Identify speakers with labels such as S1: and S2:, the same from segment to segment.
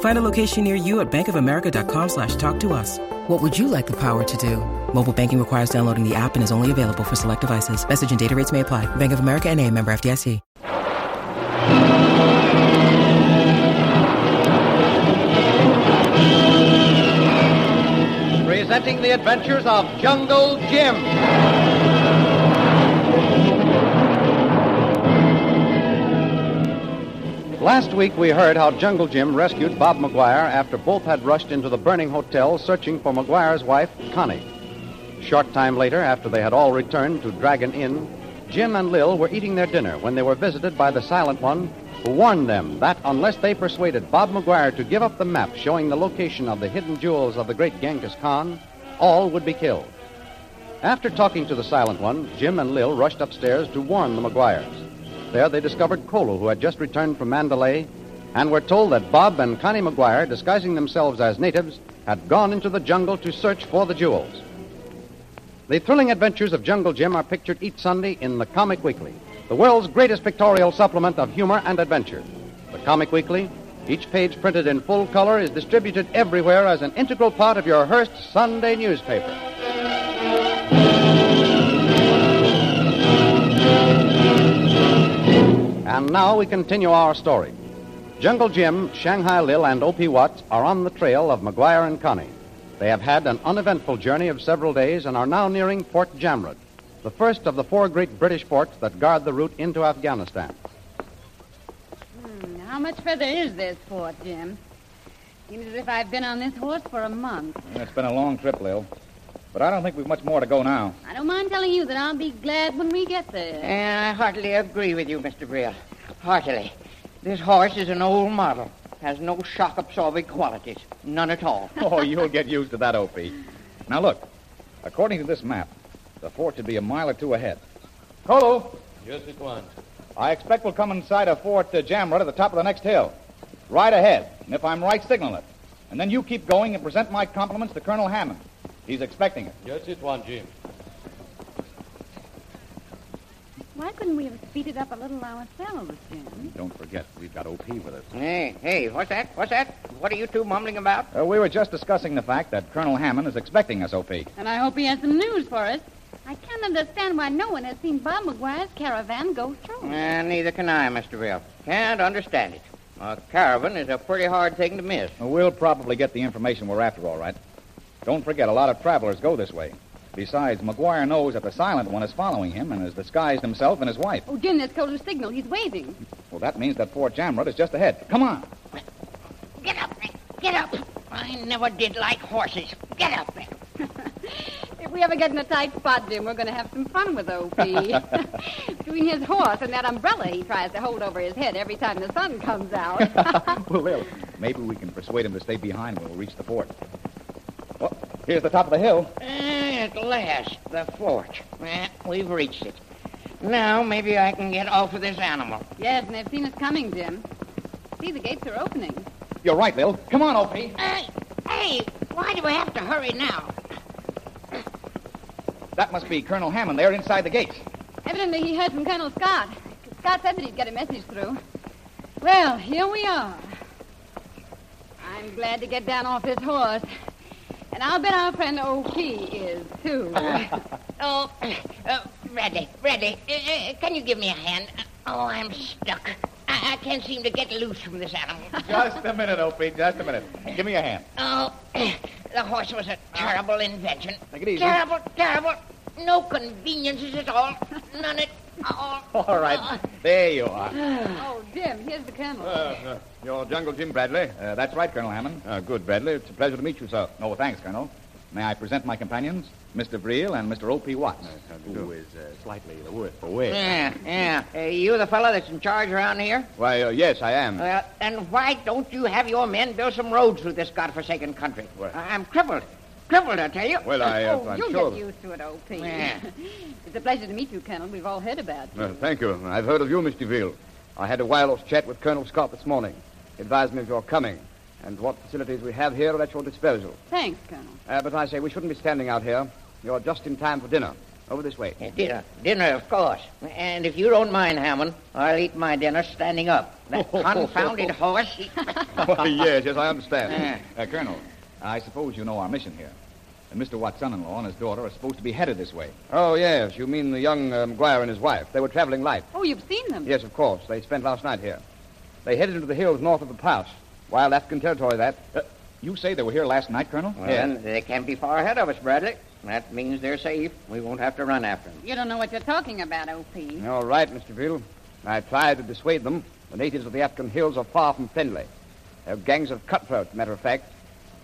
S1: Find a location near you at bankofamerica.com slash talk to us. What would you like the power to do? Mobile banking requires downloading the app and is only available for select devices. Message and data rates may apply. Bank of America and a member FDIC.
S2: presenting the adventures of Jungle Jim. Last week we heard how Jungle Jim rescued Bob McGuire after both had rushed into the burning hotel searching for McGuire's wife, Connie. Short time later, after they had all returned to Dragon Inn, Jim and Lil were eating their dinner when they were visited by the Silent One, who warned them that unless they persuaded Bob McGuire to give up the map showing the location of the hidden jewels of the great Genghis Khan, all would be killed. After talking to the Silent One, Jim and Lil rushed upstairs to warn the McGuires. There they discovered Kolo, who had just returned from Mandalay, and were told that Bob and Connie McGuire, disguising themselves as natives, had gone into the jungle to search for the jewels. The thrilling adventures of Jungle Jim are pictured each Sunday in The Comic Weekly, the world's greatest pictorial supplement of humor and adventure. The Comic Weekly, each page printed in full color, is distributed everywhere as an integral part of your Hearst Sunday newspaper. And now we continue our story. Jungle Jim, Shanghai Lil, and O.P. Watt are on the trail of McGuire and Connie. They have had an uneventful journey of several days and are now nearing Fort Jamrud, the first of the four great British forts that guard the route into Afghanistan.
S3: Hmm, How much further is this fort, Jim? Seems as if I've been on this horse for a month.
S2: It's been a long trip, Lil. But I don't think we've much more to go now.
S3: I don't mind telling you that I'll be glad when we get there.
S4: And I heartily agree with you, Mr. Brill. Heartily. This horse is an old model. Has no shock absorbing qualities. None at all.
S2: Oh, you'll get used to that, Opie. Now, look. According to this map, the fort should be a mile or two ahead. Kolo,
S5: Just at once.
S2: I expect we'll come in sight of Fort uh, Jamrud at the top of the next hill. Ride ahead, and if I'm right, signal it. And then you keep going and present my compliments to Colonel Hammond. He's expecting it.
S5: Just at once, Jim.
S3: Why couldn't we have speeded up a little ourselves, Jim?
S2: Don't forget, we've got OP with us.
S4: Hey, hey, what's that? What's that? What are you two mumbling about?
S2: Uh, we were just discussing the fact that Colonel Hammond is expecting us, OP.
S3: And I hope he has some news for us. I can't understand why no one has seen Bob McGuire's caravan go through.
S4: Eh, neither can I, Mr. Brill. Can't understand it. A caravan is a pretty hard thing to miss.
S2: We'll probably get the information we're after, all right. Don't forget, a lot of travelers go this way. Besides, McGuire knows that the silent one is following him and has disguised himself and his wife.
S3: Oh, Jim, there's Colo's signal. He's waving.
S2: Well, that means that Fort Jamrud is just ahead. Come on.
S4: Get up, Rick. Get up. I never did like horses. Get up, Rick.
S3: If we ever get in a tight spot, Jim, we're going to have some fun with O.P. Between his horse and that umbrella he tries to hold over his head every time the sun comes out.
S2: well, Lil, maybe we can persuade him to stay behind when we reach the fort. Well, here's the top of the hill.
S4: Eh, at last, the fort. Eh, we've reached it. Now maybe I can get off of this animal.
S3: yes, and they've seen us coming, Jim. See, the gates are opening.
S2: You're right, Lil. Come on, O.P.
S4: Hey, hey, why do we have to hurry now?
S2: That must be Colonel Hammond there inside the gates.
S3: Evidently, he heard from Colonel Scott. Scott said that he'd get a message through. Well, here we are. I'm glad to get down off this horse. And I'll bet our friend O.P. is, too.
S4: Oh, uh, Reddy, Reddy, uh, uh, can you give me a hand? Oh, I'm stuck. I, I can't seem to get loose from this animal.
S2: Just a minute, O.P., just a minute. Give me a hand.
S4: Oh, the horse was a terrible invention.
S2: Take it easy.
S4: Terrible, terrible. No conveniences at all. None at all.
S2: All right. There you are.
S3: oh, Jim, here's the Colonel.
S2: Uh, You're Jungle Jim Bradley? Uh, that's right, Colonel Hammond. good, Bradley. It's a pleasure to meet you, sir. Oh, thanks, Colonel. May I present my companions, Mr. Vreel and Mr. O.P. Watts, Eh. who is uh, slightly the worse for wear.
S4: Yeah, yeah. Uh, you the fellow that's in charge around here?
S2: Why, uh, yes, I am.
S4: Well, then why don't you have your men build some roads through this godforsaken country?
S2: What?
S4: I- I'm crippled. Crippled, I tell you.
S2: well, I, uh,
S3: oh,
S2: I'm
S3: you'll
S2: sure.
S3: get used to it, O.P.
S4: Yeah.
S3: it's a pleasure to meet you, Colonel. We've all heard about you.
S2: Uh, thank you. I've heard of you, Mr. Veal. I had a wireless chat with Colonel Scott this morning. He advised me of your coming and what facilities we have here are at your disposal.
S3: Thanks, Colonel.
S2: Uh, but I say, we shouldn't be standing out here. You're just in time for dinner. Over this way.
S4: Uh, Dinner, dinner, of course. And if you don't mind, Hammond, I'll eat my dinner standing up. That confounded horse. he-
S2: yes, yes, I understand.
S6: Uh, Colonel, I suppose you know our mission here. And Mr. Watt's son-in-law and his daughter are supposed to be headed this way.
S2: oh, yes, you mean the young uh, McGuire and his wife. They were traveling light.
S3: Oh, you've seen them?
S2: Yes, of course. They spent last night here. They headed into the hills north of the pass. Wild African territory, that.
S6: Uh, you say they were here last night, Colonel?
S4: Well, then, they can't be far ahead of us, Bradley. That means they're safe. We won't have to run after them.
S3: You don't know what you're talking about, O.P.
S2: All right, Mr. Veal. I tried to dissuade them. The natives of the African hills are far from friendly. They're gangs of cutthroats, matter of fact.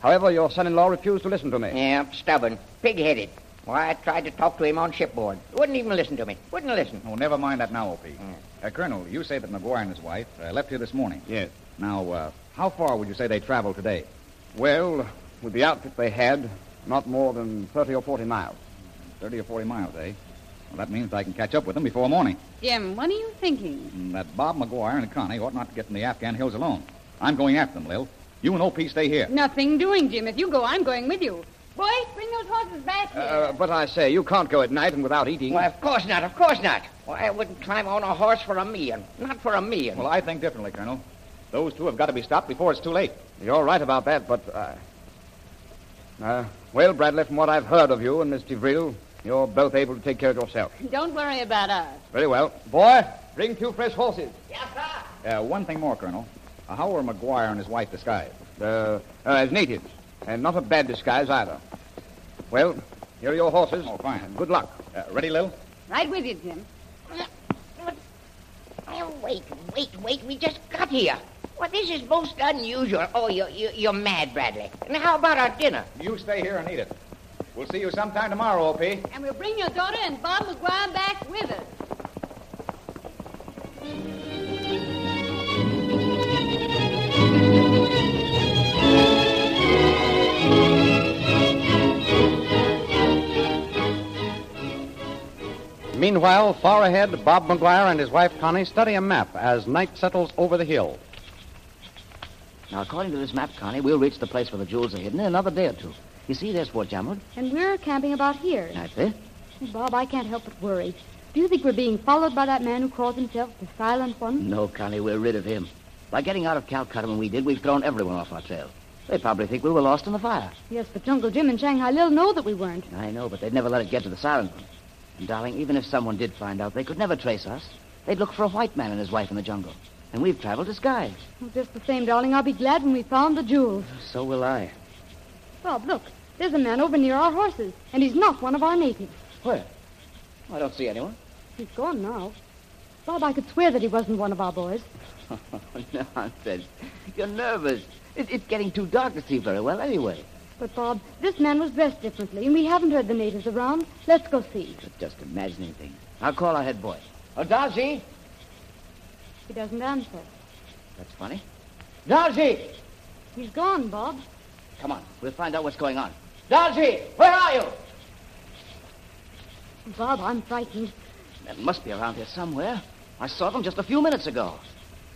S2: However, your son-in-law refused to listen to me.
S4: Yeah, stubborn, pig-headed. Why, I tried to talk to him on shipboard. Wouldn't even listen to me. Wouldn't listen.
S6: Oh, never mind that now, O.P.
S2: Hmm.
S6: Uh, Colonel, you say that McGuire and his wife uh, left here this morning.
S2: Yes.
S6: Now, uh, how far would you say they traveled today?
S2: Well, with the outfit they had, not more than 30 or 40 miles.
S6: 30 or 40 miles, eh? Well, that means I can catch up with them before morning.
S3: Jim, what are you thinking?
S6: And that Bob McGuire and Connie ought not to get in the Afghan hills alone. I'm going after them, Lil. You and O.P. stay here.
S3: Nothing doing, Jim. If you go, I'm going with you. Boys, bring those horses back here.
S2: Uh, but I say, you can't go at night and without eating.
S4: Well, of course not, of course not. Why, I wouldn't climb on a horse for a million. Not for a million.
S6: Well, I think differently, Colonel. Those two have got to be stopped before it's too late.
S2: You're right about that, but. Uh, uh, well, Bradley, from what I've heard of you and Miss DeVril, you're both able to take care of yourself.
S3: Don't worry about us.
S2: Very well. Boy, bring two fresh horses.
S6: Uh, one thing more, Colonel. Uh, how were McGuire and his wife disguised?
S2: Uh, uh, as natives, and not a bad disguise either. Well, here are your horses.
S6: Oh, fine.
S2: Good luck.
S6: Uh, ready, Lil?
S3: Right with you, Jim.
S4: Oh, wait, wait, wait. We just got here. Well, this is most unusual. Oh, you're, you're, you're mad, Bradley. And how about our dinner?
S6: You stay here and eat it. We'll see you sometime tomorrow, O.P.
S3: And we'll bring your daughter and Bob McGuire back with us.
S7: Meanwhile, far ahead, Bob McGuire and his wife Connie study a map as night settles over the hill.
S8: Now, according to this map, Connie, we'll reach the place where the jewels are hidden in another day or two. You see, there's Fort Jamwood.
S9: And we're camping about here.
S8: Right there.
S9: Bob, I can't help but worry. Do you think we're being followed by that man who calls himself the Silent One?
S8: No, Connie, we're rid of him. By getting out of Calcutta when we did, we've thrown everyone off our trail. They probably think we were lost in the fire.
S9: Yes, but Jungle Jim and Shanghai Lil know that we weren't.
S8: I know, but they'd never let it get to the silent one. And, darling, even if someone did find out, they could never trace us. They'd look for a white man and his wife in the jungle. And we've traveled disguised.
S9: Well, just the same, darling, I'll be glad when we found the jewels.
S8: So will I.
S9: Bob, look. There's a man over near our horses, and he's not one of our natives.
S8: Where? I don't see anyone.
S9: He's gone now. Bob, I could swear that he wasn't one of our boys.
S8: Oh, Nonsense. You're nervous. It, it's getting too dark to see very well anyway.
S9: But, Bob, this man was dressed differently, and we haven't heard the natives around. Let's go see.
S8: But just imagining things. I'll call our head boy.
S4: Oh, Darcy?
S9: He doesn't answer.
S8: That's funny.
S4: Darcy!
S9: He's gone, Bob.
S8: Come on. We'll find out what's going on.
S4: Darcy! Where are you?
S9: Bob, I'm frightened.
S8: That must be around here somewhere. I saw them just a few minutes ago.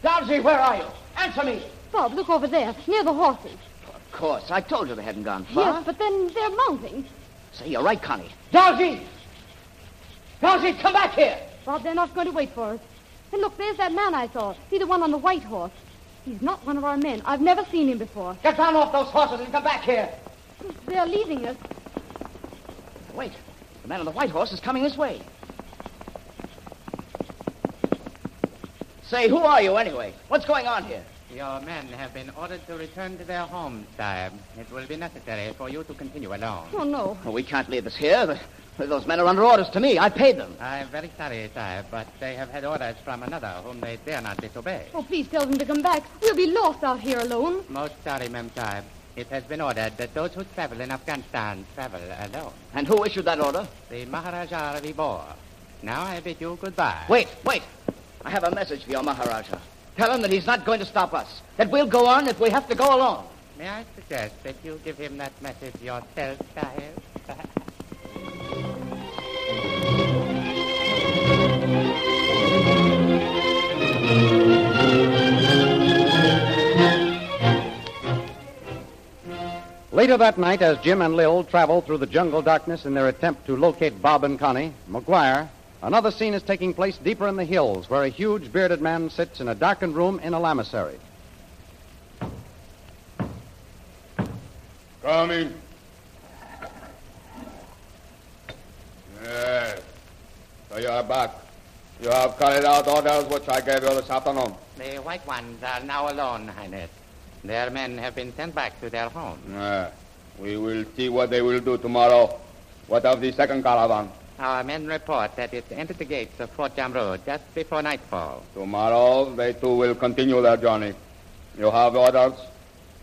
S4: Darcy, where are you? Answer me!
S9: Bob, look over there, near the horses.
S8: Of course. I told you they hadn't gone far.
S9: Yes, but then they're mounting.
S8: Say, you're right, Connie.
S4: Darcy! Darcy, come back here!
S9: Bob, they're not going to wait for us. And look, there's that man I saw. See the one on the white horse. He's not one of our men. I've never seen him before.
S4: Get down off those horses and come back here!
S9: They're leaving us.
S8: Wait. The man on the white horse is coming this way.
S4: Say, who are you anyway? What's going on here?
S10: Your men have been ordered to return to their homes, sire. It will be necessary for you to continue alone.
S9: Oh, no.
S8: Well, we can't leave this here. The- Those men are under orders to me. I paid them.
S10: I'm very sorry, sire, but they have had orders from another whom they dare not disobey.
S9: Oh, please tell them to come back. We'll be lost out here alone.
S10: Most sorry, ma'am, sire. It has been ordered that those who travel in Afghanistan travel alone.
S4: And who issued that order?
S10: The Maharaja of Vibor. Now I bid you goodbye.
S4: Wait, wait. I have a message for your Maharaja. Tell him that he's not going to stop us. That we'll go on if we have to go along.
S10: May I suggest that you give him that message yourself, Sahib?
S11: Later that night, as Jim and Lil travel through the jungle darkness in their attempt to locate Bob and Connie, McGuire, another scene is taking place deeper in the hills where a huge bearded man sits in a darkened room in a lamasery.
S2: Connie. Yes. So you are back. You have carried out orders which I gave you this afternoon.
S10: The white ones are now alone, Highness. Their men have been sent back to their homes.
S2: Yes. We will see what they will do tomorrow. What of the second caravan?
S10: Our men report that it entered the gates of Fort Jamrud just before nightfall.
S2: Tomorrow they too will continue their journey. You have orders.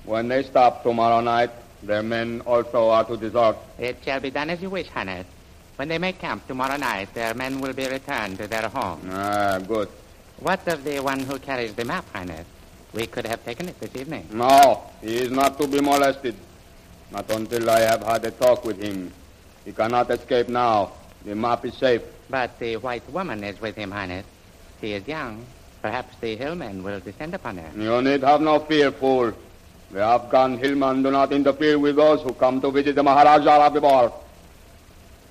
S2: When they stop tomorrow night, their men also are to desert.
S10: It shall be done as you wish, Highness. When they make camp tomorrow night, their men will be returned to their homes.
S2: Ah, good.
S10: What of the one who carries the map, Highness? We could have taken it this evening.
S2: No, he is not to be molested. Not until I have had a talk with him. He cannot escape now. The map is safe.
S10: But the white woman is with him, Highness. She is young. Perhaps the hillmen will descend upon her.
S2: You need have no fear, fool. The Afghan hillmen do not interfere with those who come to visit the Maharaja of Bihar.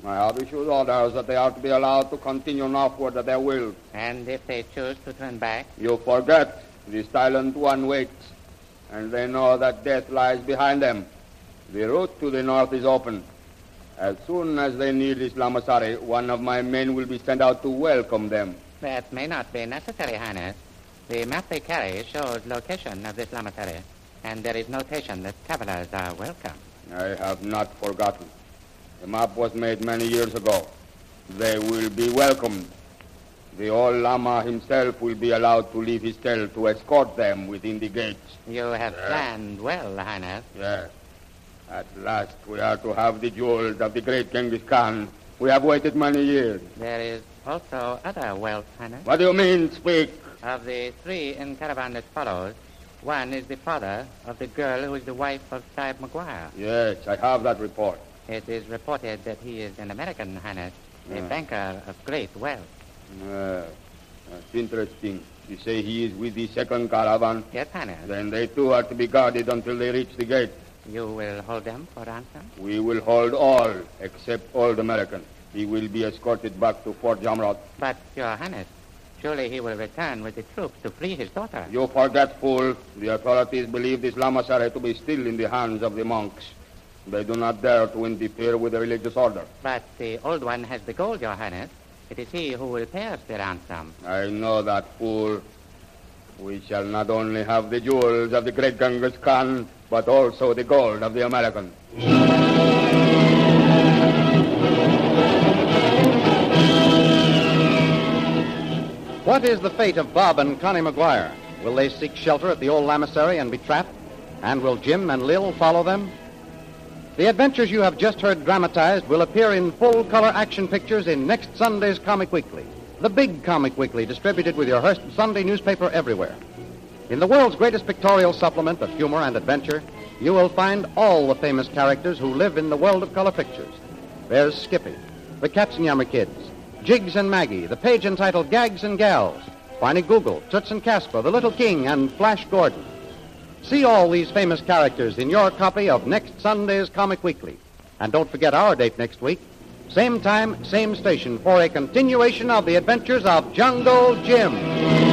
S2: I have issued orders that they are to be allowed to continue northward at their will.
S10: And if they choose to turn back,
S2: You forget the silent one waits, and they know that death lies behind them. The route to the north is open. As soon as they near this Lamasari, one of my men will be sent out to welcome them.
S10: that may not be necessary, Highness. The map they carry shows location of this lamatari, and there is notation that travelers are welcome.
S2: I have not forgotten. The map was made many years ago. They will be welcomed. The old Lama himself will be allowed to leave his cell to escort them within the gates.
S10: You have
S2: Yes.
S10: planned well, Highness.
S2: Yes. At last, we are to have the jewels of the great Genghis Khan. We have waited many years.
S10: There is also other wealth, Highness.
S2: What do you mean, speak?
S10: Of the three in caravan that follows, one is the father of the girl who is the wife of Sahib Maguire.
S2: Yes, I have that report.
S10: It is reported that he is an American, Highness, a
S2: Yeah.
S10: banker of great wealth.
S2: Yes. Uh, That's interesting. You say he is with the second caravan?
S10: Yes, Highness.
S2: Then they too are to be guarded until they reach the gate.
S10: You will hold them for ransom?
S2: We will hold all except old American. He will be escorted back to Fort Jamrod.
S10: But, Your Highness, surely he will return with the troops to free his daughter.
S2: You forget, fool. The authorities believe this Lamasare to be still in the hands of the monks. They do not dare to interfere with the religious order.
S10: But the old one has the gold, Your Highness. It is he who will pay us the ransom.
S2: I know that, fool. We shall not only have the jewels of the great Genghis Khan, but also the gold of the American.
S11: What is the fate of Bob and Connie McGuire? Will they seek shelter at the old lamasery and be trapped? And will Jim and Lil follow them? The adventures you have just heard dramatized will appear in full color action pictures in next Sunday's Comic Weekly, the big Comic Weekly distributed with your Hearst Sunday newspaper everywhere. In the world's greatest pictorial supplement of humor and adventure, you will find all the famous characters who live in the world of color pictures. There's Skippy, the Katzenjammer Kids, Jigs and Maggie, the page entitled Gags and Gals, Barney Google, Toots and Casper, The Little King, and Flash Gordon. See all these famous characters in your copy of next Sunday's Comic Weekly. And don't forget our date next week, same time, same station, for a continuation of the adventures of Jungle Jim.